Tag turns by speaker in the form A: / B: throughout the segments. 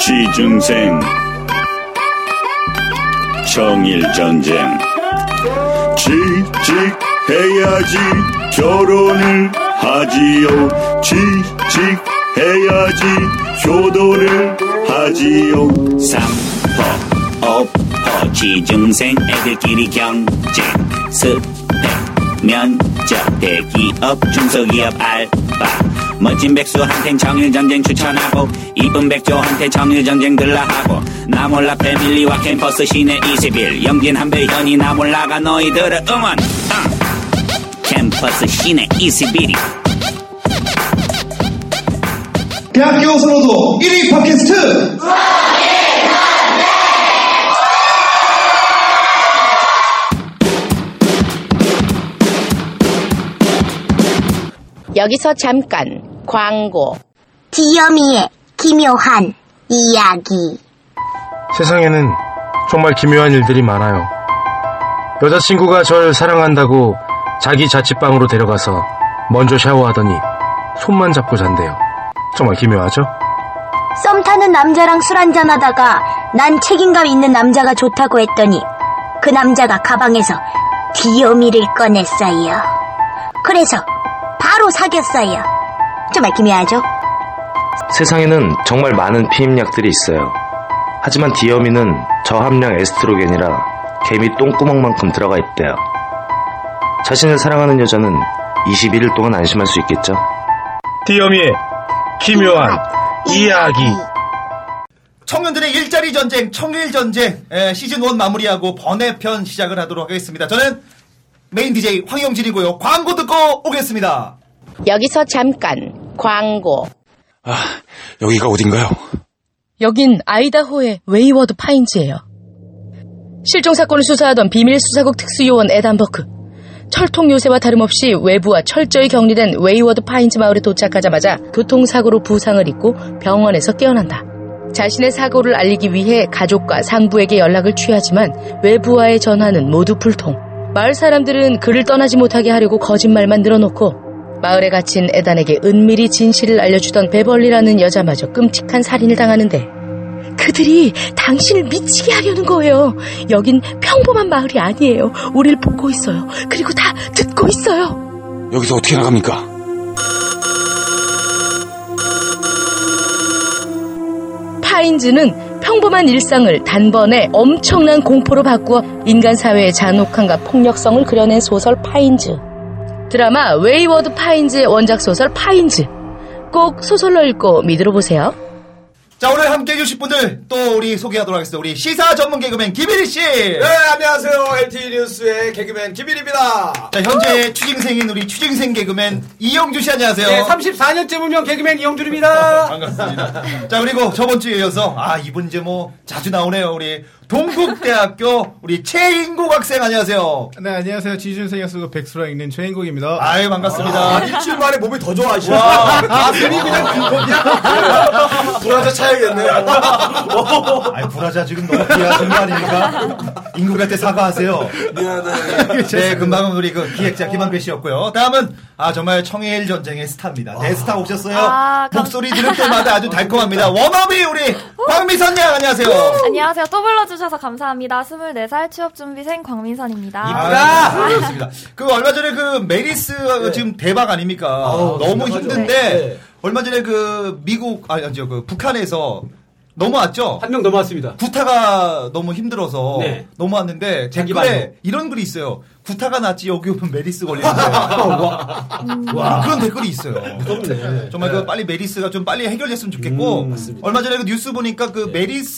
A: 취중생 청일전쟁 취직해야지 결혼을 하지요 취직해야지 효도를 하지요
B: 삼포 오포 취중생 어, 애들끼리 경쟁 스펙 면접 대기업 중소기업 알바 멋진 백수한텐 정일전쟁 추천하고 이쁜 백조한테 정일전쟁 들라하고 나몰라 패밀리와 캠퍼스 시내 21 영진 한배현이 나몰라가 너희들을 응원 땅. 캠퍼스 시내 21이
C: 대학교 선호도 1위 팟캐스트
D: 여기서 잠깐 광고.
E: 디어미의 기묘한 이야기.
F: 세상에는 정말 기묘한 일들이 많아요. 여자친구가 절 사랑한다고 자기 자취방으로 데려가서 먼저 샤워하더니 손만 잡고 잔대요. 정말 기묘하죠?
E: 썸 타는 남자랑 술 한잔 하다가 난 책임감 있는 남자가 좋다고 했더니 그 남자가 가방에서 디어미를 꺼냈어요. 그래서 바로 사귀었어요. 정말 기묘하죠?
G: 세상에는 정말 많은 피임약들이 있어요. 하지만 디어미는 저함량 에스트로겐이라 개미 똥구멍만큼 들어가 있대요. 자신을 사랑하는 여자는 21일 동안 안심할 수 있겠죠?
F: 디어미의 기묘한 이야기.
C: 청년들의 일자리 전쟁, 청일 전쟁 에, 시즌 1 마무리하고 번외편 시작을 하도록 하겠습니다. 저는 메인 DJ 황영진이고요. 광고 듣고 오겠습니다.
D: 여기서 잠깐 광고.
H: 아, 여기가 어딘가요?
I: 여긴 아이다호의 웨이워드 파인즈예요. 실종 사건을 수사하던 비밀 수사국 특수요원 에단버크. 철통 요새와 다름없이 외부와 철저히 격리된 웨이워드 파인즈 마을에 도착하자마자 교통사고로 부상을 입고 병원에서 깨어난다. 자신의 사고를 알리기 위해 가족과 상부에게 연락을 취하지만 외부와의 전화는 모두 불통. 마을 사람들은 그를 떠나지 못하게 하려고 거짓말만 늘어놓고 마을에 갇힌 에단에게 은밀히 진실을 알려주던 베벌리라는 여자마저 끔찍한 살인을 당하는데 그들이 당신을 미치게 하려는 거예요. 여긴 평범한 마을이 아니에요. 우릴 보고 있어요. 그리고 다 듣고 있어요.
H: 여기서 어떻게 나갑니까?
I: 파인즈는 평범한 일상을 단번에 엄청난 공포로 바꾸어 인간 사회의 잔혹함과 폭력성을 그려낸 소설 파인즈. 드라마 웨이워드 파인즈의 원작 소설 파인즈. 꼭 소설로 읽고 믿으러 보세요.
C: 자 오늘 함께 해주실 분들 또 우리 소개하도록 하겠습니다. 우리 시사 전문 개그맨 김일희 씨.
J: 네, 안녕하세요. LTE 뉴스의 개그맨 김일입니다.
C: 자 현재 취직생인 우리 취직생 개그맨 이영주 씨 안녕하세요.
J: 네, 34년째 운영 개그맨 이영준입니다.
C: 반갑습니다. 자 그리고 저번 주에 이어서 아 이분 이제 뭐 자주 나오네요. 우리 동국대학교 우리 최인국 학생 안녕하세요.
K: 네, 안녕하세요. 지준생 약수도 백수랑 읽는 최인국입니다.
C: 아유 반갑습니다.
J: 일주일 만에 몸이 더 좋아하시네.
C: 와.
J: 가슴이 그냥 그거냐? 불화자 차야겠네. 어?
C: 아이 불화자 지금 너무 비하하는 거 아닙니까? 인국한테 사과하세요. 미안해. 네, 금방은 우리 그 기획자 김한배 씨였고요. 다음은 아 정말 청해일 전쟁의 스타입니다. 네 스타 오셨어요.
L: 아, 감-
C: 목소리 들을 때마다 아주 달콤합니다. 워너비 우리 광미선양 안녕하세요.
L: 안녕하세요. 또 불러주셔서 감사합니다. 24살 취업준비생 광민선입니다.
C: 아, 그렇습니다. 그 얼마 전에 그 메리스 지금 대박 아닙니까? 너무
J: 대박이죠.
C: 힘든데
J: 네.
C: 얼마 전에 그 미국 아니 아니요 그 북한에서 넘어왔죠.
J: 한 명 넘어왔습니다.
C: 구타가 너무 힘들어서
J: 네.
C: 넘어왔는데
J: 자기
C: 댓글에
J: 말로.
C: 이런 글이 있어요. 구타가 낫지 여기 오면 메리스 걸리는데 음. 와, 그런 댓글이 있어요.
J: 어, 무섭네.
C: 정말 그 빨리 메리스가 좀 빨리 해결됐으면 좋겠고
J: 음, 맞습니다. 네.
C: 얼마 전에 그 뉴스 보니까 그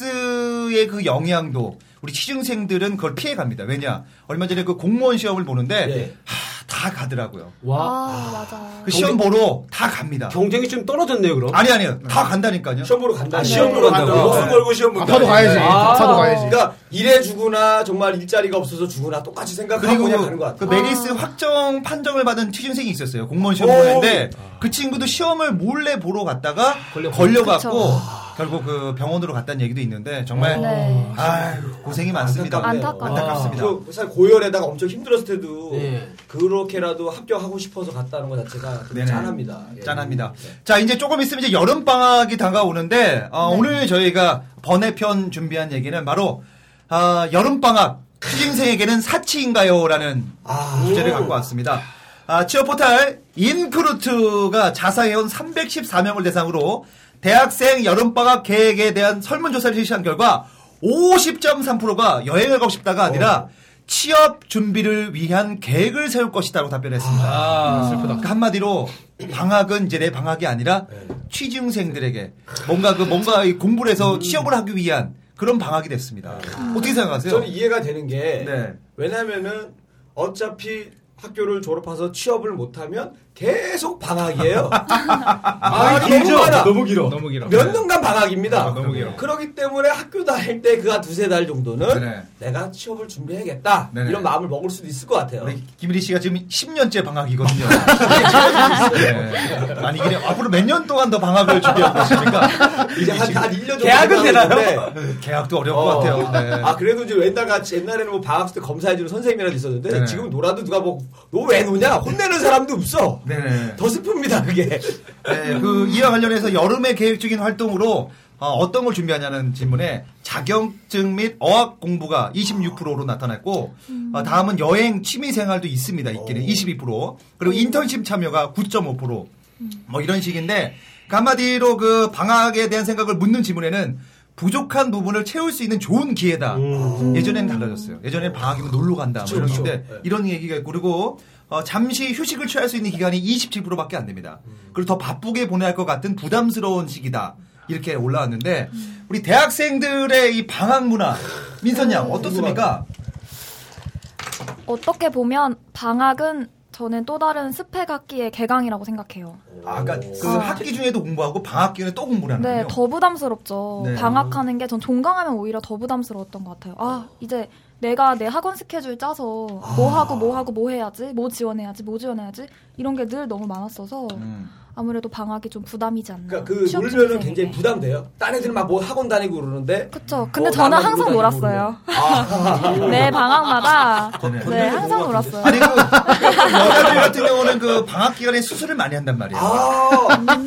C: 메리스의 그 영향도 우리 취중생들은 그걸 피해 갑니다. 왜냐 얼마 전에 그 공무원 시험을 보는데
J: 네.
C: 하, 다 가더라고요.
J: 와.
L: 아, 맞아.
C: 그 시험 보러 다 갑니다.
J: 경쟁이 좀 떨어졌네요, 그럼.
C: 아니 아니요 다 간다니까요.
J: 시험 보러 간다. 아, 네. 시험 보러 간다고.
C: 목숨
J: 걸고 시험 본다.
K: 아파도 가야지. 아파도 가야지.
J: 그러니까 일해 주거나 정말 일자리가 없어서 주거나 똑같이 생각하고 그냥 가는 것
C: 그리고
J: 같아요.
C: 그 메리스 확정 판정을 받은 취준생이
J: 아.
C: 있었어요. 공무원 시험 보는데 그 친구도 시험을 몰래 보러 갔다가 걸려갖고 결국 그 병원으로 갔다는 얘기도 있는데 정말
L: 네.
C: 아유, 고생이 많습니다.
L: 안타깝네요. 네.
C: 안타깝습니다.
J: 그러니까 그 사실 고열에다가 엄청 힘들었을 때도 그렇게라도 합격하고 싶어서 갔다는 것 자체가 되게
C: 네네.
J: 짠합니다. 예.
C: 짠합니다. 자, 이제 조금 있으면 이제 여름방학이 다가오는데, 어,
L: 네.
C: 오늘 저희가 번외편 준비한 얘기는 바로, 아, 여름방학, 취임생에게는 사치인가요? 라는
J: 아.
C: 주제를 갖고 왔습니다. 아, 취업 포탈 인크루트가 자사회원 314명을 대상으로 대학생 여름방학 계획에 대한 설문조사를 실시한 결과 50.3%가 여행을 가고 싶다가 아니라 취업 준비를 위한 계획을 세울 것이다고 답변했습니다. 아, 슬프다. 한마디로 방학은 이제 내 방학이 아니라 취중생들에게 뭔가 그 뭔가 이 공부를 해서 취업을 하기 위한 그런 방학이 됐습니다. 어떻게 생각하세요?
J: 저는 이해가 되는 게
C: 네.
J: 왜냐면은 어차피 학교를 졸업해서 취업을 못하면 계속 방학이에요. 아,
K: 길죠?
J: 많아.
K: 너무 길어. 너무 길어.
J: 몇 년간 방학입니다.
K: 너무 길어.
J: 그렇기 때문에 학교 다닐 때 그 한 두세 달 정도는
C: 네네.
J: 내가 취업을 준비해야겠다.
C: 네네.
J: 이런 마음을 먹을 수도 있을 것 같아요.
C: 김일희 씨가 지금 10년째 방학이거든요. 네. 아니, 그냥 앞으로 몇 년 동안 더 방학을 준비하고 계십니까?
J: 이제 한, 한 1년 정도.
C: 계약은
J: 지나고
C: 되나요?
J: 있는데
C: 계약도 어려울 것 같아요. 네.
J: 아 그래도 이제 옛날 같이 옛날에는 뭐 방학 때 검사해주는 선생님이라도 있었는데
C: 네네.
J: 지금 놀아도 누가 뭐 너 왜 노냐 혼내는 사람도 없어.
C: 네네.
J: 더 슬픕니다 그게.
C: 네, 그 이와 관련해서 여름에 계획 중인 활동으로 어, 떤걸 준비하냐는 질문에 자격증 및 어학 공부가 26%로 나타났고 어, 다음은 여행 취미 생활도 있습니다. 있기는 22% 그리고 인턴십 참여가 9.5%뭐
J: 음.
C: 이런 식인데 그 한마디로 그 방학에 대한 생각을 묻는 질문에는 부족한 부분을 채울 수 있는 좋은 기회다. 예전에는 달라졌어요. 예전에는 방학이면 놀러 간다. 뭐
J: 그쵸,
C: 이런
J: 그쵸.
C: 건데
J: 네.
C: 이런 얘기가 있고 그리고 어, 잠시 휴식을 취할 수 있는 기간이 27%밖에 안 됩니다.
M: 음.
C: 그리고 더 바쁘게 보내야 할 것 같은 부담스러운 시기다. 이렇게 올라왔는데
L: 음.
C: 우리 대학생들의 이 방학 문화 민선
M: 아,
C: 양 어떻습니까?
L: 어떻게 보면 방학은 저는 또 다른 스펙 학기의 개강이라고 생각해요.
C: 아까 그 학기 중에도 공부하고 방학 기간에 또 공부를 하는
L: 네,
C: 거요
L: 더 부담스럽죠.
C: 네.
L: 방학하는 게 전 종강하면 오히려 더 부담스러웠던 것 같아요. 아, 이제 내가 내 학원 스케줄 짜서 뭐
J: 아.
L: 하고 뭐 하고 뭐 해야지, 뭐 지원해야지, 뭐 지원해야지 이런 게 늘 너무 많았어서
C: 음.
L: 아무래도 방학이 좀 부담이지 않나.
J: 음. 그러니까 그 놀면은 굉장히 부담돼요. 딴 애들은 막 뭐 학원 다니고 그러는데.
L: 그렇죠. 근데
J: 뭐
L: 저는
J: 나만
L: 항상
J: 놀다니고
L: 놀았어요.
J: 그러는.
L: 네, 방학마다 네, 항상 놀았어요.
C: 그, 여자들 같은 경우는 그 방학 기간에 수술을 많이 한단 말이에요.
J: 아,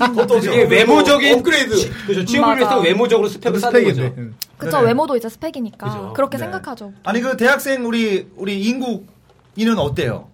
J: 그것도
C: 그죠?
M: 이게 음. 외모적인
J: 업그레이드.
M: 아, 그죠. 그렇죠. 취업을
L: 맞아.
M: 위해서 외모적으로 스펙을 쌓는 거죠.
L: 그쵸
C: 네.
L: 외모도 이제 스펙이니까 그렇게
C: 네.
L: 생각하죠.
C: 아니 그 대학생 우리 우리 인국이는 어때요?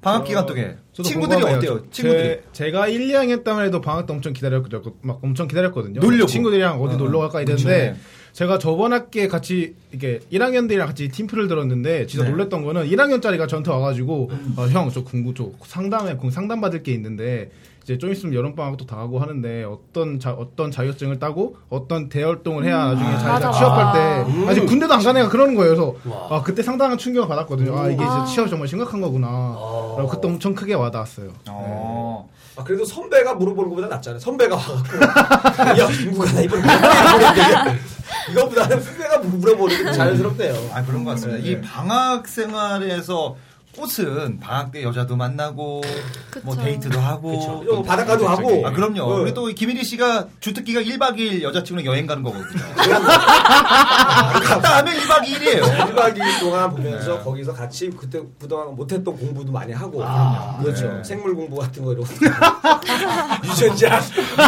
C: 방학 기간
K: 어,
C: 동안
K: 저도
C: 친구들이
K: 공감해요.
C: 어때요?
K: 제-
C: 친구들이
J: 네.
K: 제가 1, 2학년 때만 해도 방학도 엄청 기다렸거든요. 막 엄청 기다렸거든요.
C: 놀려고.
K: 친구들이랑 어디
C: 어,
K: 놀러 갈까 이랬는데
C: 그쵸, 네.
K: 제가 저번 학기에 같이 이게 1학년들이랑 같이 팀플을 들었는데 진짜
C: 네. 음.
K: 놀랬던 거는 1학년짜리가 저한테 와가지고 어, 형저 궁구 저 상담에 궁 상담 받을 게 있는데 이제 좀 있으면 여름 방학도 다 하고 하는데 어떤 자, 어떤 자격증을 따고 어떤 대활동을 해야 나중에
C: 아,
K: 자기가
C: 맞아.
K: 취업할 때
C: 음.
K: 아직 군대도 안 간 애가 그러는 거예요. 그래서 아 그때 상당한 충격을 받았거든요.
C: 음.
K: 아 이게
J: 아.
K: 진짜 취업 정말 심각한 거구나. 라고 그때 엄청 크게 와닿았어요.
J: 아, 그래도 선배가 물어보는 것보다 낫잖아요. 선배가 와갖고. 야, 친구가 나 이번에 물어보는데. 이거보다는 선배가 물어보는 게 자연스럽네요.
C: 아 그런 것 같습니다. 이 방학 생활에서 꽃은 방학 때 여자도 만나고 뭐 데이트도 하고
J: 그쵸. 또 바닷가도 하고.
C: 아 그럼요.
J: 네.
C: 우리 또 김일희 씨가 주특기가 1박 2일 여자친구랑 여행 가는 거거든요. 갔다 하면 1박 2일이에요.
J: 1박 2일 동안 보면서
C: 네.
J: 거기서 같이 그때 그동안 못했던 공부도 많이 하고 그렇죠
C: 네.
J: 생물 공부 같은 거 이런 거. 유전자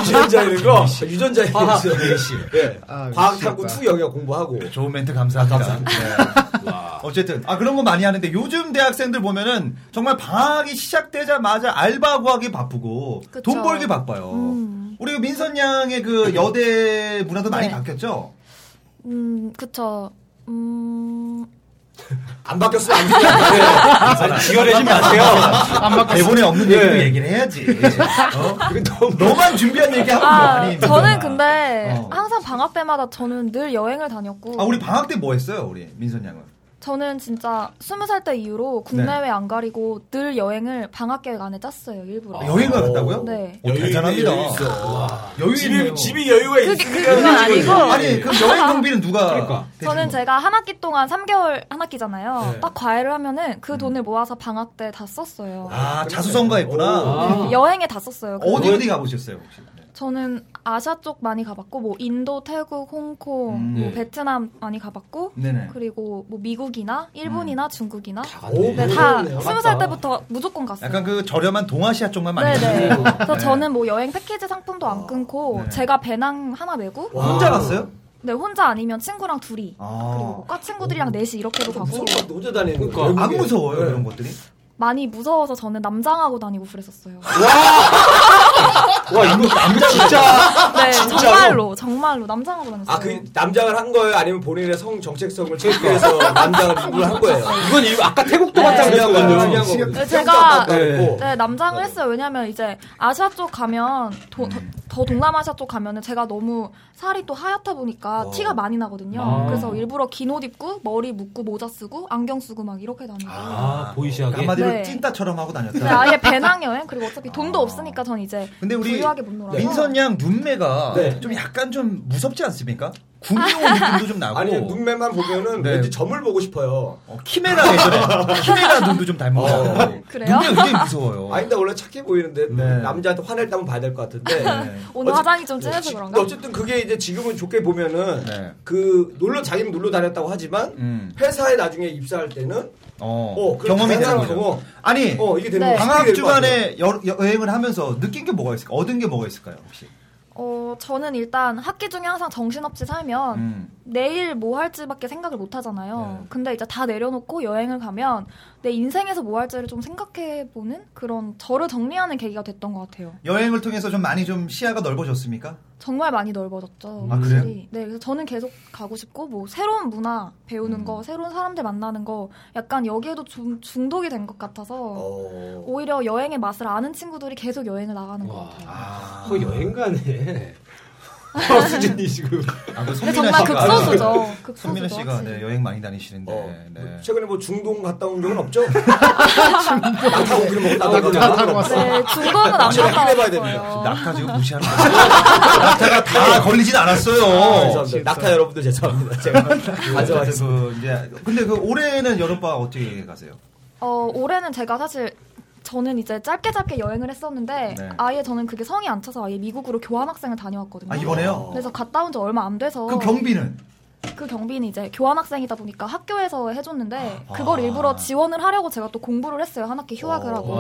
J: 유전자 이런 거 유전자 이런 거
C: 화학, 미래시.
J: 예.
C: 아,
J: 과학
C: 미치겠다. 그렇죠.
J: 탐구 투 영역 공부하고
C: 좋은 멘트 아, 감사합니다. 네. 어쨌든 아 그런 거 많이 하는데 요즘 대학생들 보면은 정말 방학이 시작되자마자 알바 구하기 바쁘고
L: 그쵸. 음.
C: 돈 벌기 바빠요. 우리 민선 양의 그 여대 문화도 많이
L: 네.
C: 바뀌었죠?
L: 음, 그쵸. 음,
J: 안 바뀌었으면 안
C: 네.
J: 돼요 지어내지 마세요
C: 아, 대본에 없는
J: 예.
C: 얘기도 얘기를 해야지. 어? 너만 준비한 얘기 하고 뭐
L: 아,
C: 아니.
L: 저는 근데
C: 어.
L: 항상 방학 때마다 저는 늘 여행을 다녔고,
C: 아 우리 방학 때 뭐 했어요 우리 민선 양은?
L: 저는 진짜 스무 살 때 이후로
C: 네.
L: 국내외 안 가리고 늘 여행을 방학 계획 안에 짰어요, 일부러.
C: 아, 여행을 갔다고요?
L: 네.
C: 오, 대단합니다.
J: 여유
C: 여유
J: 집이
C: 있네요.
J: 집이 여유가
L: 그게-
J: 있으니까
L: 그건
J: 하는 거지.
L: 아니고.
C: 아니 그럼 여행 경비는 누가? 대신
L: 저는 제가 한 학기 동안 3개월 한 학기잖아요.
C: 뭐? 네. 음.
L: 딱 과외를 하면은 그 돈을 모아서 방학 때 다 썼어요.
C: 아 자수성가했구나.
L: 여행에 다 썼어요. 그
C: 어디 어디 가보셨어요 혹시? 네.
L: 저는 아시아 쪽 많이 가봤고 뭐 인도, 태국, 홍콩,
C: 음.
L: 뭐
C: 네.
L: 베트남 많이 가봤고
C: 네네. 음.
L: 그리고 뭐 미국이나 일본이나 중국이나
C: 갔네.
L: 네, 다
C: 오,
L: 스무 살
C: 맞다.
L: 때부터 무조건 갔어요.
C: 약간 그 저렴한 동아시아 쪽만 많이
L: 네네.
C: 가시고.
L: 그래서
C: 네.
L: 저는 뭐 여행 패키지 상품도 안 끊고
C: 네.
L: 제가 배낭 하나 메고
C: 와. 혼자 갔어요?
L: 네 혼자 아니면 친구랑 둘이 뭐
C: 아.
L: 과 친구들이랑 넷이 이렇게도 가고
J: 혼자 다니는 네. 거야,
C: 그러니까 안
J: 외국에.
C: 무서워요 그런 것들이?
L: 많이 무서워서 저는 남장하고 다니고 그랬었어요.
J: 와 이거 남자 진짜
L: 네
J: 진짜로?
L: 정말로 정말로 남장하고 다녔어요.
J: 아 그 남장을 한 거예요? 아니면 본인의 성 정체성을 체크해서 남장을 입을 한 거예요? 이건 이- 아, 아까 태국도 같다고 했거든요.
L: 네, 제가
J: 네.
L: 네, 남장을 했어요. 왜냐면 이제 아시아 쪽 가면 도-
C: 음.
L: 더, 더 동남아시아 쪽 가면은 제가 너무 살이 또 하얗다 보니까 티가 많이 나거든요.
N: 아.
L: 그래서 일부러 긴 옷 입고 머리 묶고 모자 쓰고 안경 쓰고 막 이렇게 다니고.
C: 아,
N: 보이시하게.
C: 한마디로
L: 네.
C: 찐따처럼 하고
L: 근데
C: 다녔다.
L: 아예 배낭 여행 그리고 어차피 돈도 없으니까 전 이제
C: 아. 근데 우리
L: 부유하게 못 놀아서
C: 민선 양 눈매가
J: 네.
C: 좀 약간 좀 무섭지 않습니까? 궁녀 느낌도 좀 나고.
J: 아니 눈매만 보면은
C: 네.
J: 왠지 점을 보고 싶어요.
C: 키메라 예전에 키메라 눈도 좀 닮았어요.
L: 그래요?
C: 눈매 굉장히 무서워요.
J: 아니 근데 원래 착해 보이는데 남자한테 화낼 때면 봐야 될 것 같은데
L: 오늘
J: 어째-
L: 화장이 좀 진해서
J: 지-
L: 그런가?
J: 어쨌든 그게 이제 지금은 좋게 보면은 그 놀러 자기는 놀러 다녔다고 하지만 회사에 나중에 입사할 때는
C: 어,
J: 어, 그럼
C: 경험이 되는
J: 다양한
C: 거죠.
J: 경험.
C: 아니
J: 어, 이게 되는
L: 네.
J: 거죠.
C: 방학
J: 스킬이 될것
C: 뭐 주간에 여, 행을 하면서 느낀 게 뭐가 있을까? 얻은 게 뭐가 있을까요 혹시?
L: 어 저는 일단 학기 중에 항상 정신없이 살면
C: 음. 네.
L: 내일 뭐 할지밖에 생각을 못 하잖아요. 근데 이제 다 내려놓고 여행을 가면 내 인생에서 뭐 할지를 좀 생각해 보는 그런 저를 정리하는 계기가 됐던 것 같아요.
C: 여행을 통해서 좀 많이 좀 시야가 넓어졌습니까?
L: 정말 많이 넓어졌죠.
C: 아,
L: 확실히.
C: 그래요?
L: 네, 그래서 저는 계속 가고 싶고 뭐 새로운 문화 배우는
C: 음.
L: 거, 새로운 사람들 만나는 거, 약간 여기에도 좀 중독이 된 것 같아서
C: 어.
L: 오히려 여행의 맛을 아는 친구들이 계속 여행을 나가는 것 같아요.
J: 어,
N: 그 여행 가네. 수진이 지금.
C: 아, 그
L: 근데 정말 극소수죠. 극소수죠, 어.
C: 성민아 씨가 네, 여행 많이 다니시는데 네.
J: 최근에 뭐 중동 갔다 온 적은 없죠? 낙타 고기를 먹고
C: 어, 낙타
J: 낙타
C: 먹었어. 네, 중동은 안 갔다
J: 해봐야
C: 왔어요.
J: 됩니다.
C: 낙타 지금 무시하는 거예요. 낙타가 다
L: 네.
C: 걸리진 않았어요.
L: 아,
J: 죄송합니다. 낙타 여러분들 죄송합니다. 제가 가져왔습니다.
C: 그 이제 근데 그 올해는 여름방학 어떻게 가세요?
L: 어, 올해는 제가 사실 저는 이제 짧게 짧게 여행을 했었는데
C: 네.
L: 아예 저는 그게 성이 안 차서 아예 미국으로 교환학생을 다녀왔거든요.
C: 아, 이번에요?
L: 그래서 갔다 온 지 얼마 안 돼서
C: 그럼 경비는
L: 그 경비는 이제 교환학생이다 보니까 학교에서
C: 아.
L: 해줬는데 그걸 일부러 지원을 하려고 제가 또 공부를 했어요 한 학기 휴학을 하고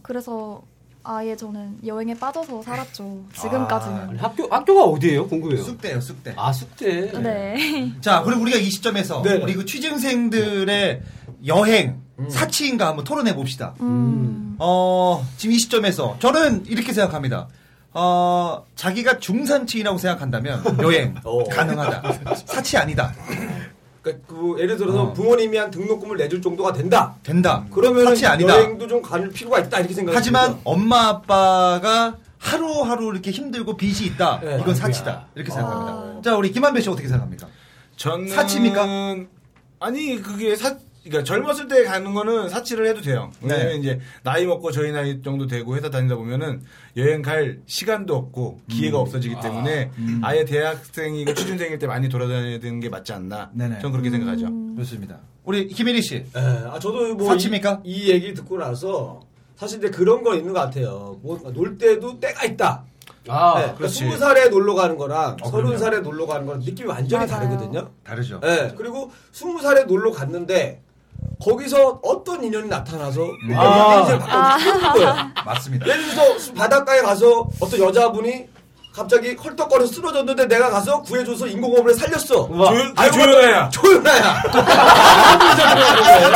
L: 그래서 아예 저는 여행에 빠져서 살았죠
C: 아,
L: 지금까지는
N: 학교 학교가 어디예요? 궁금해요.
C: 쑥대요, 쑥대.
N: 아, 쑥대.
L: 네.
C: 자 그리고 우리가 이 시점에서
J: 네,
C: 우리 그 취준생들의 여행
J: 음.
C: 사치인가 한번 토론해 봅시다.
L: 음.
C: 어 지금 이 시점에서 저는 이렇게 생각합니다. 어 자기가 중산층이라고 생각한다면 여행
J: 어.
C: 가능하다. 사치 아니다.
J: 그러니까 그 예를 들어서 부모님이 한 등록금을 내줄 정도가 된다.
C: 된다.
J: 그러면
C: 사치 아니다.
J: 여행도 좀 갈 필요가 있다 이렇게 생각합니다.
C: 하지만 엄마 아빠가 하루하루 이렇게 힘들고 빚이 있다.
J: 네,
C: 이건 사치다. 이렇게
J: 아.
C: 생각합니다. 자 우리 김한배 씨 어떻게 생각합니까?
O: 저는
C: 사치입니까?
O: 아니 그게 사 그러니까 젊었을 때 가는 거는 사치를 해도 돼요. 왜냐면
C: 네.
O: 이제 나이 먹고 저희 나이 정도 되고 회사 다니다 보면은 여행 갈 시간도 없고 기회가
C: 음.
O: 없어지기
C: 아,
O: 때문에
C: 음.
O: 아예 대학생이고 취준생일 때 많이 돌아다녀야 되는 게 맞지 않나.
C: 네네.
O: 전 그렇게 생각하죠.
C: 그렇습니다. 우리 김일희 씨.
J: 아, 저도 뭐
C: 사치입니까?
J: 이, 이 얘기 듣고 나서 사실 이제 그런 건 있는 것 같아요. 뭐 놀 때도 때가 있다. 예, 그러니까
N: 아, 그렇지.
J: 스무 살에 놀러 가는 거랑
N: 어,
J: 서른
N: 그럼요.
J: 살에 놀러 가는 거랑 느낌이 완전히 다르거든요.
C: 다르죠.
J: 네, 그리고 스무 살에 놀러 갔는데 거기서 어떤 인연이 나타나서
C: 아.
J: 내 인생을 바꿔주는 거예요.
C: 맞습니다.
J: 예를 들어서 바닷가에 가서 어떤 여자분이 갑자기 헐떡거려서 쓰러졌는데 내가 가서 구해줘서 인공호흡을 살렸어.
O: 조연-
J: 알고
O: 조연아야.
J: 봤더니 조연아야. 아무 상관없는 거예요.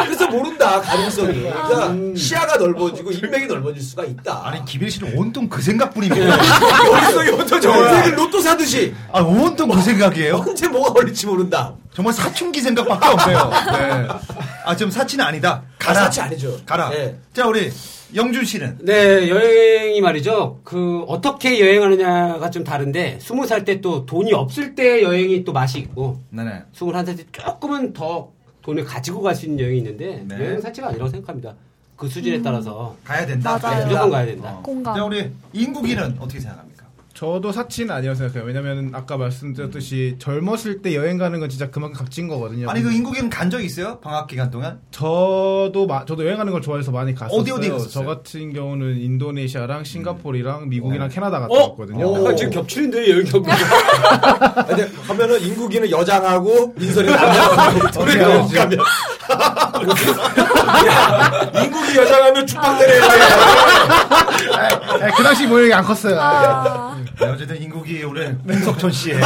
J: 그래서 모른다 가능성이.
O: 음.
J: 그러니까 시야가 넓어지고 인맥이 넓어질 수가 있다. 아니
C: 김일희 씨는 온통 그 생각뿐입니다.
J: 네. 머릿속이 온통
C: 저거야.
J: 저거야. 로또 사듯이.
C: 아, 온통 그 생각이에요?
J: 언제 뭐가 걸릴지 모른다.
C: 정말 사춘기 생각밖에 없네요. 네. 아, 지금 사치는 아니다. 가라.
N: 사치
J: 아니죠. 예.
C: 가라. 자, 우리 영준 씨는
N: 네, 여행이 말이죠. 그 어떻게 여행하느냐가 좀 다른데 스무 살 때 또 돈이 없을 때 여행이 또 맛이 있고
C: 네네.
N: 스물한 살 때 조금은 더 돈을 가지고 갈 수 있는 여행이 있는데
C: 네.
N: 여행 사치가 아니라고 생각합니다. 그 수준에
C: 음.
N: 따라서
C: 가야 된다. 어.
N: 네, 무조건 가야 된다.
C: 자, 우리 인국이는 어떻게 생각합니까?
K: 저도 사치는 아니라고 생각해요. 왜냐면 아까 말씀드렸듯이 젊었을 때 여행 가는 건 진짜 그만큼 값진 거거든요.
C: 아니 그 인국인 간 적 있어요? 방학 기간 동안?
K: 저도 마- 저도 여행 가는 걸 좋아해서 많이 갔었어요.
C: 어디 어디 갔었어요?
K: 저 같은 경우는 인도네시아랑 싱가포르랑 미국이랑
C: 네.
K: 캐나다 갔다
J: 어?
K: 왔거든요. 네,
J: 어. 약간 지금 겹치는데 여행 겹고. 근데 하면은 인국이는 여장하고 민선이는 남자하고 둘이 가면. 야, 인국이 여장하면 축방되네.
K: 아, 그 당시 모형이 안 컸어요.
L: 아.
C: 네, 어쨌든 인국이 올해 홍석천
J: 네.
C: 씨의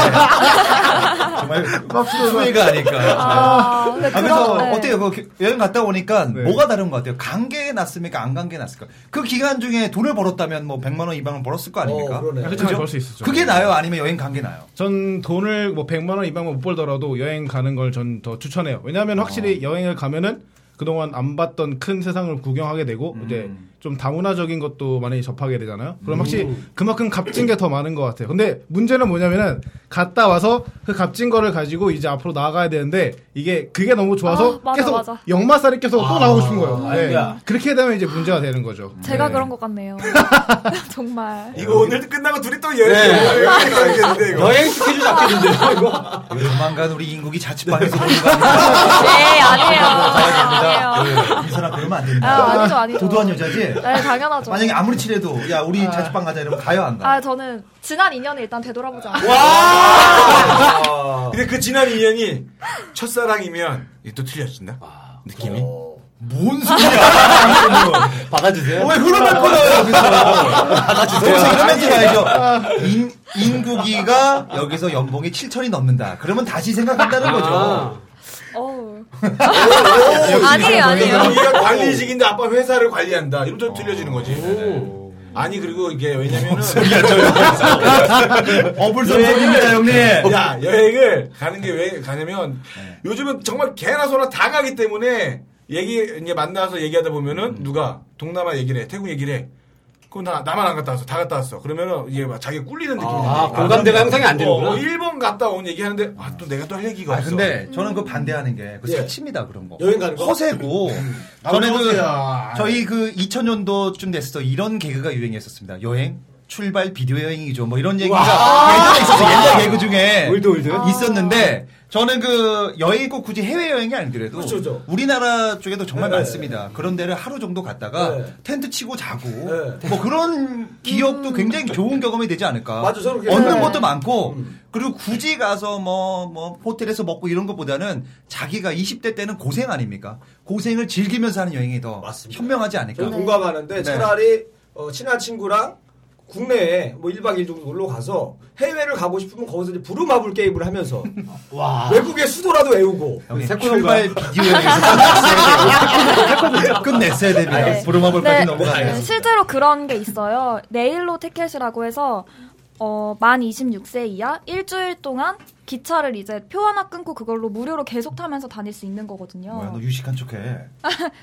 C: 정말 수혜가 아닐까.
K: 아,
C: 아,
K: 근데
C: 그래서
K: 그런- 네.
C: 어때요? 그 여행 갔다 오니까
J: 네.
C: 뭐가 다른 것 같아요? 간 게 낫습니까? 안 간 게 낫을까? 그 기간 중에 돈을 벌었다면 뭐 100만 원, 2만 원 벌었을 거
J: 어,
C: 아닙니까?
K: 그러네. 그렇죠, 벌수 있었죠.
C: 그게 나요? 아니면 여행 간 게 나요?
K: 전 돈을 뭐 100만 원, 200만 원 못 벌더라도 여행 가는 걸 전 더 추천해요. 왜냐하면
L: 아.
K: 확실히 여행을 가면은 그동안 안 봤던 큰 세상을 구경하게 되고
L: 음.
K: 이제 좀 다문화적인 것도 많이 접하게 되잖아요. 그럼 확실히
F: 음.
K: 그만큼 값진 게 더 많은 것 같아요. 근데 문제는 뭐냐면은 갔다 와서 그 값진 거를 가지고 이제 앞으로 나아가야 되는데 이게 그게 너무 좋아서
L: 아, 맞아,
K: 계속
L: 맞아.
K: 역마살이 계속 또 나오고 싶은 거예요. 네.
L: 아이고야.
K: 그렇게 되면 이제 문제가 되는 거죠.
L: 제가
K: 네.
L: 그런 것 같네요. 정말.
J: 이거 오늘 끝나고 둘이 또 여행.
C: 네.
J: 여행 가야겠는데, 이거.
C: 이거 조만간 우리 인국이 자취방에서 보는 거
L: 네, 아니에요.
C: 아닙니다. 네, 이 사람 그러면 안 됩니다.
L: 아, 아니죠, 아니죠.
C: 도도한 여자지?
L: 네, 당연하죠.
C: 만약에 아무리 칠해도 야 우리 자취방 가자 이러면 가요 안 가?
J: 어.
L: 아, 저는 지난 2년을 일단 되돌아보자.
O: 근데 그 지난 인연이 첫사랑이면 이게 또 틀려진다. 느낌이.
C: 뭔
J: 어.
C: 소리야?
O: 받아주세요.
C: 왜 흐름을 끊어요, 여기서? 여기서 이런 멘트 가야죠. 인, 인구기가 여기서 연봉이 7천이 넘는다. 그러면 다시 생각한다는 거죠.
L: 어우.
O: 아. 아니에요,
L: 아니에요.
O: 네가
L: 어.
O: 관리직인데 아빠 회사를 관리한다. 이러면 좀 틀려지는 거지.
L: 어.
O: 아니 그리고 이게 왜냐면은
C: 어불성설입니다, 형님.
O: 야 여행을 가는 게 왜 가냐면
C: 네.
O: 요즘은 정말 개나 소나 다 가기 때문에 얘기 이제 만나서 얘기하다 보면은
C: 음.
O: 누가 동남아 얘기를 해 태국 얘기를 해 그럼 나 나만 안 갔다 왔어 다 갔다 왔어 그러면은 이게 막 자기 가 꿀리는 느낌이
N: 아, 공감대가 형성이 안 되는구나.
O: 어, 일본 갔다 온 얘기하는데 아 또 내가 또 할 얘기가
C: 아,
O: 없어
C: 근데 저는 그 반대하는 게, 그 사치입니다, 그런 거.
O: 여행 가는 거?
C: 허세고.
O: 아,
C: 전에 그,
O: 허세야.
C: 저희 그 2000년도쯤 됐을 때 이런 개그가 유행했었습니다. 여행? 출발 비디오 여행이죠. 뭐 이런 얘기가
B: 와.
C: 예전에 있었어요.
B: 와.
C: 옛날 개그 중에 아. 있었는데 저는 그 여행이 꼭 굳이 해외 여행이 아니더라도
B: 그렇죠, 그렇죠.
C: 우리나라 쪽에도 정말
B: 네.
C: 많습니다. 그런 데를 하루 정도 갔다가 텐트 치고 자고 뭐 그런 기억도 굉장히 좋은 경험이 되지 않을까.
J: 맞아, 저는 그렇게
C: 얻는
J: 생각해요.
C: 것도 많고 그리고 굳이 가서 뭐, 뭐, 호텔에서 먹고 이런 것보다는 자기가 20대 때는 고생 아닙니까? 고생을 즐기면서 하는 여행이 더 현명하지 않을까.
J: 저는 공감하는데
C: 네.
J: 차라리 어, 친한 친구랑 국내에 뭐 1박 2일 정도 놀러 가서 해외를 가고 싶으면 거기서 이제 부루마블 게임을 하면서 외국의 수도라도 외우고
C: 네. 출발 비디오 여행에서 끝냈어야 됩니다. 네, 부르마블까지
L: 네,
C: 넘어가네요.
L: 네, 실제로 그런 게 있어요. 내일로 티켓이라고 해서 어, 만 26세 이하 일주일 동안 기차를 이제 표 하나 끊고 그걸로 무료로 계속 타면서 다닐 수 있는 거거든요.
C: 뭐야, 너 유식한 척해.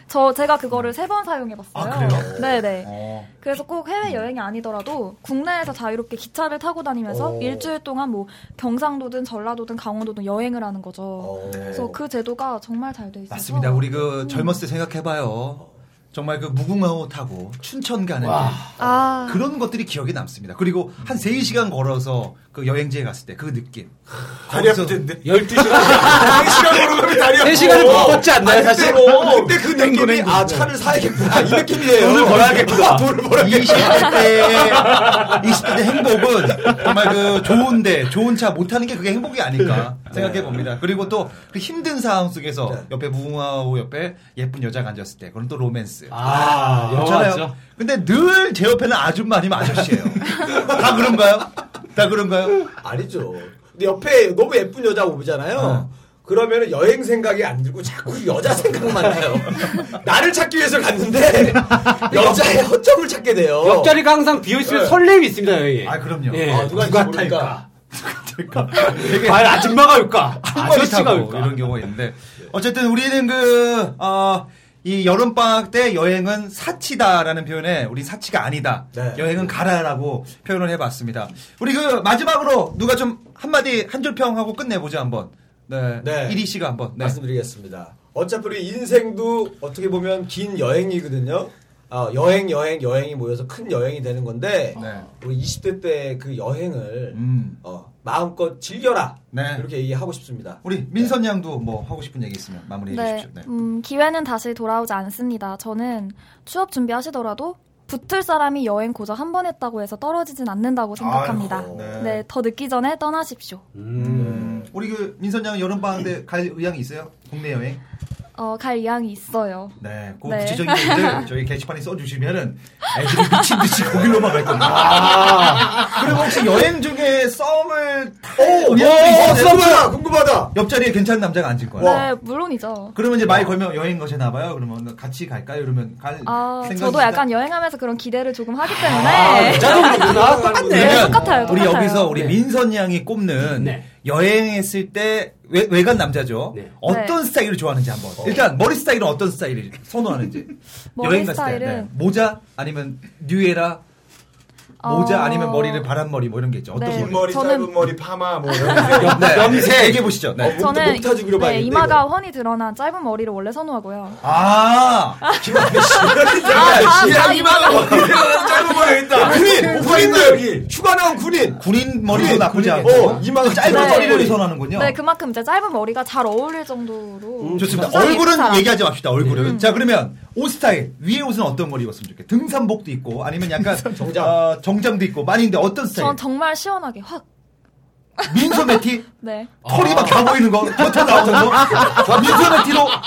L: 저 제가 그거를 세 번 사용해 봤어요. 네, 네.
C: 아, 어.
L: 그래서 꼭 해외 여행이 아니더라도 국내에서 자유롭게 기차를 타고 다니면서
P: 오.
L: 일주일 동안 뭐 경상도든 전라도든 강원도든 여행을 하는 거죠. 그래서 그 제도가 정말 잘 돼 있어서
C: 맞습니다. 우리 그 젊었을 때 생각해봐요. 정말 그 무궁화호 타고 춘천 가는
L: 와.
C: 길.
L: 아.
C: 그런 것들이 기억에 남습니다. 그리고 한 3시간 걸어서 그 여행지에 갔을 때 그 느낌.
O: 다리
C: 거기서-
O: 아플 텐데 12시간 3시간 걸으면 다리 아프고
C: 세 시간을 못 걷지 않나요,
O: 아니,
C: 사실? 뭐
O: 그때,
J: 뭐,
O: 그때 그 느낌이 아 차를 사야겠구나 이 느낌이에요 아,
C: 돈을 벌어야겠구나.
O: 돈을 벌어야겠구나 네.
C: 20대 때, 20대 때 행복은 정말 그 좋은데, 좋은 차 못하는 게 그게 행복이 아닐까
O: 네.
C: 생각해 봅니다. 그리고 또 그 힘든 상황 속에서 옆에 무궁화호 옆에 예쁜 여자가 앉았을 때, 그건 또 로맨스.
B: 아,
O: 어,
B: 영화죠.
C: 근데 늘 제 옆에는 아줌마 아니면 아저씨예요. 다 그런가요? 다 그런가요?
J: 아니죠. 근데 옆에 너무 예쁜 여자 오잖아요.
C: 어.
J: 그러면 여행 생각이 안 들고 자꾸 여자 생각만 나요. 나를 찾기 위해서 갔는데 여자의 허점을 찾게 돼요.
N: 옆자리가 항상 비어있으면
J: 네.
N: 설렘이 있습니다, 여행에.
C: 아, 그럼요.
N: 예.
J: 아, 누가
N: 누가
J: 모르니까.
N: 탈까? 과연 아줌마가 올까? 아저씨가
C: 아저씨가 네.
N: 올까?
C: 이런 경우가 있는데 어쨌든 우리는 그 어, 이 여름 방학 때 여행은 사치다라는 표현에 우리 사치가 아니다. 여행은 가라라고 표현을 해봤습니다. 우리 그 마지막으로 누가 좀 한마디 한 줄 평하고 끝내보자 한번. 네. 이리 씨가 한번 네.
J: 말씀드리겠습니다. 어차피 우리 인생도 어떻게 보면 긴 여행이거든요. 어, 여행 여행 여행이 모여서 큰 여행이 되는 건데 우리 20대 때 그 여행을
C: 음.
J: 어, 마음껏 즐겨라 이렇게 얘기하고 싶습니다.
C: 우리 민선 양도 뭐 하고 싶은 얘기 있으면 마무리해
L: 네,
C: 주십시오. 네.
L: 음, 기회는 다시 돌아오지 않습니다. 저는 취업 준비하시더라도 붙을 사람이 여행 고작 한 번 했다고 해서 떨어지진 않는다고 생각합니다.
C: 아이고, 네.
L: 네. 더 늦기 전에 떠나십시오.
C: 음. 우리 그 민선 양은 여름 방학 때 갈 의향이 있어요? 국내 여행?
L: 어, 갈 의향이 있어요.
C: 네, 그
L: 네.
C: 구체적인 얘기들 저희 게시판에 써주시면은 애들이 미친 듯이 거길로만 갈 겁니다. 그리고 혹시 여행 중에 썸을 아. 오,
J: 오, 썸이야! 궁금하다.
C: 옆자리에 괜찮은 남자가 앉을 거야.
L: 네, 물론이죠.
C: 그러면 이제 말 걸면 여행 거시나 봐요. 그러면 같이 갈까요? 이러면 갈
L: 아,
C: 생각이 아,
L: 저도
C: 있다?
L: 약간 여행하면서 그런 기대를 조금 하기 때문에. 아, 네.
C: 네.
J: 아,
L: 똑같네.
C: 그러면
L: 똑같아요.
C: 우리
L: 똑같아요.
C: 여기서 우리 민선 양이 꼽는 여행했을 때 외, 외간 남자죠. 어떤
L: 네.
C: 스타일을 좋아하는지 한번. 일단 머리 스타일은 어떤 스타일을 선호하는지.
L: 머리
C: 여행 갔을 때 네.
L: 스타일은-
C: 모자 아니면 뉴에라 모자
L: 어,
C: 아니면 머리를 바람머리 뭐 이런 게 있죠. 어떤
L: 네,
C: 머리?
O: 머리
L: 저는-
O: 짧은 머리 파마 뭐
C: 네,
O: 염색
C: 얘기해 보시죠. 네.
L: 저는 네, 이마가 훤히 드러난 짧은 머리를 원래 선호하고요.
C: 아,
L: 아,
O: 지금
L: 아,
O: 이마가
L: 이마가-
O: 머리 짧은 머리 있다. 군인 군인다 여기.
J: 휴가 나온 군인.
C: 군인 머리도 나쁘지 않고.
J: 어, 이마가
C: 짧은
L: 네.
C: 머리를 선호하는군요. 음,
L: 네, 그만큼 이제 짧은 머리가 잘 어울릴 정도로.
C: 좋습니다.
L: 두상이
C: 얼굴은
L: 있는 사람.
C: 얘기하지 맙시다. 얼굴은.
L: 음.
C: 자 그러면 옷 스타일 위에 옷은 어떤 걸 입었으면 좋겠어요? 등산복도 있고 아니면 약간 정장. 정장도 있고 많이 있는데 어떤 스타일?
L: 전 정말 시원하게 확.
C: 민소 매티
L: 네.
C: 털이 막 다 보이는 거, 겉에 나왔던 거. 민소 매티로
L: 아.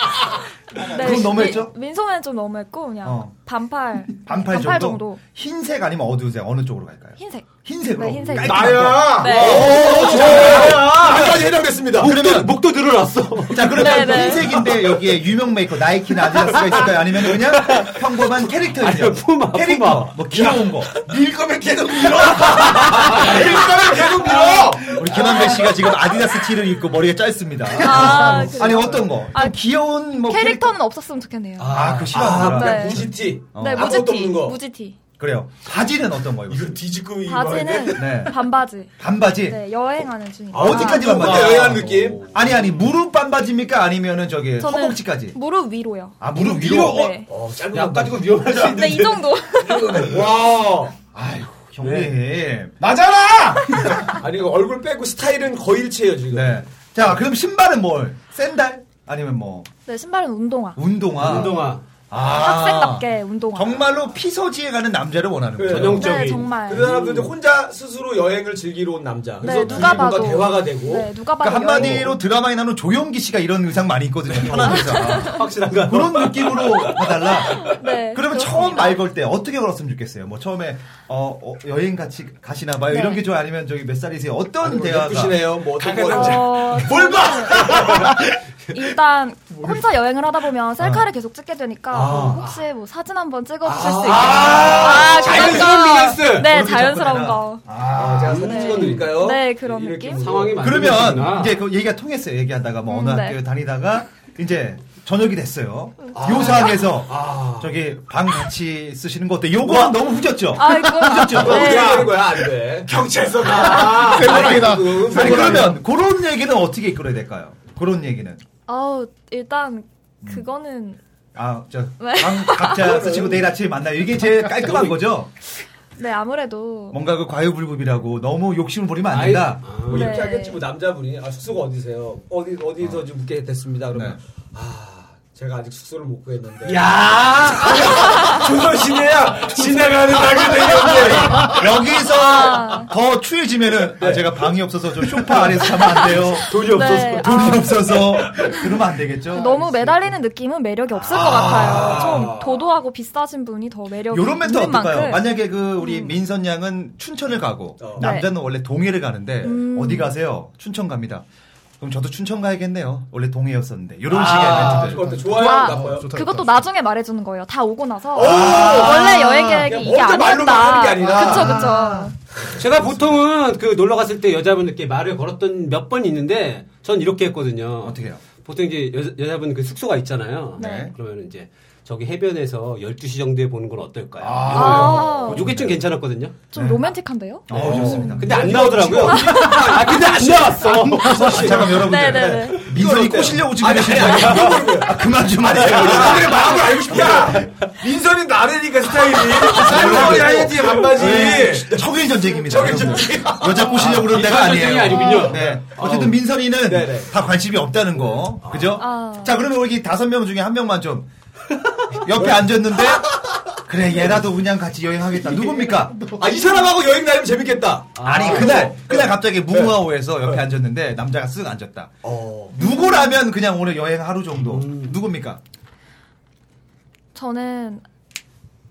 L: 네.
C: 그건 너무했죠?
L: 민- 민소매는 좀 너무했고 그냥
C: 어.
L: 반팔.
C: 반팔 정도?
L: 정도.
C: 흰색 아니면 어두운색 어느 쪽으로 갈까요?
L: 흰색.
C: 흰색으로. 어,
L: 네, 흰색.
C: 깔끔한 거.
L: 네.
C: 오, 좋아요.
J: 여기까지 해당됐습니다.
C: 그러면
J: 목도 늘어났어. 네,
C: 자 그러면
J: 네.
C: 흰색인데 여기에 유명 메이커 나이키나 아디다스가 있을까요? 아니면 그냥 평범한 캐릭터 인형 캐릭터 뭐 귀여운 거
J: 밀거면 계속 밀어. 밀거면 계속 밀어.
C: 우리 김한배 씨가 지금 아디다스 티를 입고 머리가 짧습니다.
L: 아, 그래요?
C: 니 어떤 거?
L: 아,
C: 귀여운 뭐
L: 캐릭터는 없었으면 좋겠네요.
C: 아, 그 싫어하는
L: 아, 네.
J: 무지티.
L: 네, 무지티. 무지티.
C: 그래요. 바지는 어떤 거예요?
J: 이거 뒤집금이
L: 바지는 반바지.
C: 반바지.
L: 네, 여행하는 중이에요.
C: 네. 어디까지 반바지?
J: 아, 여행하는 느낌?
C: 아니 아니 무릎 반바지입니까? 아니면은 저기
L: 저는
C: 허벅지까지?
L: 무릎 위로요.
C: 아 무릎 위로?
L: 위로? 네.
J: 어, 짧은
C: 야,
J: 가지고 위험할 수
L: 네, 이 정도.
J: 와.
C: 아이고, 형님.
J: 나잖아! 아니, 이거 얼굴 빼고 스타일은 거의 일치해요, 지금.
C: 네. 자 그럼 신발은 뭘? 샌달? 아니면 뭐
L: 네, 신발은 운동화.
C: 운동화?
N: 운동화.
C: 아
L: 학생답게 운동화.
C: 정말로 피서지에 가는 남자를 원하는 거예요.
L: 전형적인. 네, 정말.
J: 그 사람들 혼자 스스로 여행을 즐기러 온 남자. 그래서
L: 네, 누가
J: 둘이 뭔가
L: 봐도.
J: 대화가 되고.
L: 네, 누가 봐도
C: 그러니까 한마디로
L: 여행.
C: 드라마에 나오는 조영기 씨가 이런 의상 많이 입거든요. 편한 의상.
J: 확실한가?
C: 그런 느낌으로 봐달라.
L: 네.
C: 그러면 처음 말 걸 때 어떻게 걸었으면 좋겠어요? 뭐 처음에 어, 어, 여행 같이 가시나 봐요.
J: 네.
C: 이런 게 좋아 아니면 저기 몇 살이세요? 어떤 대화가?
J: 예쁘시네요. 뭐 어떤 거
L: 어,
J: 뭘 봐!
L: 일단 혼자 여행을 하다 보면 셀카를 계속 찍게 되니까
C: 아.
L: 뭐 혹시 뭐 사진 한번 찍어주실 수 있나요? 아,
J: 자연스러운
L: 그런 거.
J: 로맨스.
L: 네,
J: 그렇게
L: 자연스러운
J: 접근해라.
L: 거.
J: 아, 제가 사진 찍어드릴까요?
L: 네, 그런 느낌.
C: 그러면 이제 그 얘기가 통했어요. 얘기하다가 뭐 어느
L: 음, 네.
C: 학교에 다니다가 이제 저녁이 됐어요.
L: 아.
C: 요 상황에서 저기 방 같이 쓰시는 거 어때? 요건 너무 후졌죠?
L: 아, 이거-
C: 후졌죠?
L: 네.
J: 그렇죠. 어떻게 하는 거야, 안 돼. 경찰서 가.
C: 세모랑이다.
J: 아이고,
C: 아, 아니,
J: 세모랑이다.
C: 그러면 그런 얘기는 어떻게 이끌어야 될까요? 그런 얘기는
L: 아우, 일단 그거는
C: 아저
L: 네.
C: 각자 쓰시고 내일 아침에 만나요. 이게 제일 깔끔한 거죠.
L: 네, 아무래도
C: 뭔가 그 과유불급이라고 너무 욕심을 부리면 안 된다.
N: 아.
J: 뭐 이렇게
L: 네.
J: 하겠지 뭐 남자분이 아 숙소가 어디세요? 어디 어디서
N: 아.
J: 지금 묵게 됐습니다. 그러면
N: 네.
J: 아 제가 아직 숙소를 못 구했는데.
C: 야!
J: 조선시대야 지나가는 낙이 되겠네.
L: 아.
C: 여기서 더 추해지면은 아, 제가 방이 없어서 저 쇼파 아래서 자면 안 돼요. 돈이
L: 없어서. 네,
C: 돈이 없어서 그러면 안 되겠죠.
L: 너무 매달리는 느낌은 매력이 없을 것 같아요. 좀 도도하고 비싸신 분이 더 매력이
C: 요런 멘트
L: 있는
C: 어떨까요?
L: 만큼. 음.
C: 만약에 그 우리 민선 양은 춘천을 가고 남자는 원래 동해를 가는데
L: 음.
C: 어디 가세요? 춘천 갑니다. 그럼 저도 춘천 가야겠네요. 원래 동해였었는데 이런
J: 아,
C: 식의 멘트들.
J: 그것도 좋아요,
L: 와,
N: 어,
J: 나빠요?
L: 그것도 나중에 말해주는 거예요. 다 오고 나서
N: 아,
L: 원래 여행
N: 그냥
L: 계획이 이게
N: 먼저 말로만 하는
L: 아니었다.
N: 게 아니라.
L: 그쵸 그쵸.
N: 제가 보통은 그 놀러 갔을 때 여자분들께 말을 걸었던 몇 번 있는데 전 이렇게 했거든요.
C: 어떻게 해요?
N: 보통 이제 여, 여자분 그 숙소가 있잖아요.
C: 네.
N: 그러면 이제 저기 해변에서 12시 정도에 보는 건 어떨까요?
L: 아. 네.
N: 요게 좀
J: 네.
N: 괜찮았거든요.
L: 좀 로맨틱한데요?
N: 어,
C: 네,
N: 좋습니다. 근데 안
J: 뭐,
N: 나오더라고요. 아, 근데 안 나왔어.
C: 아, 잠깐 여러분들.
L: 네네네.
C: 민선이 꼬시려고 지금 계시는 거
O: 아니,
C: 아니에요? 아, 그만 좀 하세요.
J: 뭐,
O: 사람들의 마음을 알고 싶다. 민선이 나래니까 스타일이. 쌀머리 하이티 반바지.
C: 아. 네, 청일 전쟁입니다. 여러분. 여자 꼬시려고 그런 데가
O: 민선 전쟁이
C: 아니에요.
O: 아니군요.
C: 네. 어쨌든 민선이는 다 관심이 없다는 거. 그죠? 자, 그러면 우리 다섯 명 중에 한 명만 좀 옆에 앉았는데 그래 얘라도 그냥 같이 여행하겠다. 누굽니까?
J: 아, 이 사람하고 여행 다니면 재밌겠다.
C: 아니 그날 그날 갑자기 무궁화호에서 옆에 앉았는데 남자가 쓱 앉았다.
J: 어.
C: 누구라면 그냥 오늘 여행 하루 정도. 누굽니까?
L: 저는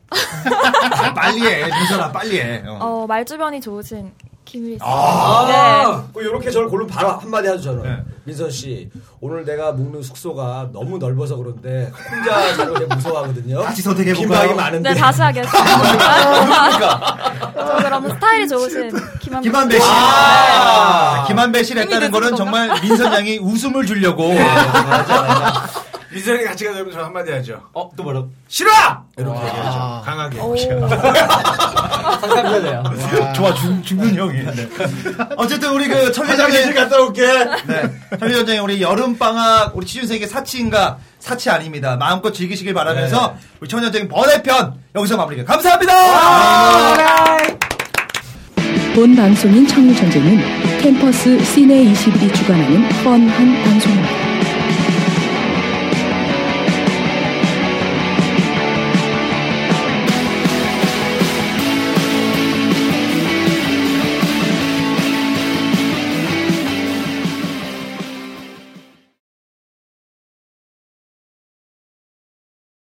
C: 아, 빨리 해. 민선아 빨리 해. 어.
L: 어, 말주변이 좋으신 김유리 씨. 네.
J: 아, 그 요렇게 저를 고르면 바로 한마디 하죠, 저는.
C: 네.
J: 민선 씨, 오늘 내가 묵는 숙소가 너무 넓어서 그런데 혼자 자는 게 무서워하거든요.
C: 다시 선택해볼까요?
J: 빈방이
L: 네.
J: 많은데.
L: 네, 다시 하겠습니다. 저 그럼 스타일이 좋으신 김한배,
C: 김한배 씨.
L: 씨.
C: 아, 김한배 씨를 했다는 거는 정말 민선 양이 웃음을 주려고. 아,
J: 아,
O: 민선이 같이 가자면 저 한마디 하죠.
N: 어, 또 뭐라고?
O: 싫어! 이렇게 얘기하죠. 강하게.
N: 상상되네요.
C: 좋아 죽, 죽는 형이. 네. 어쨌든 우리 그 천리장에
O: 화장실 갔다 올게.
C: 네. 천리장에 우리 여름 방학 우리 취준생에게 사치인가 사치 아닙니다. 마음껏 즐기시길 바라면서 우리 천리장 번외편 여기서 마무리해. 네. 아, 감사합니다.
P: 본 방송인 청일전쟁은 캠퍼스 시내 21이 주관하는 뻔한 방송입니다.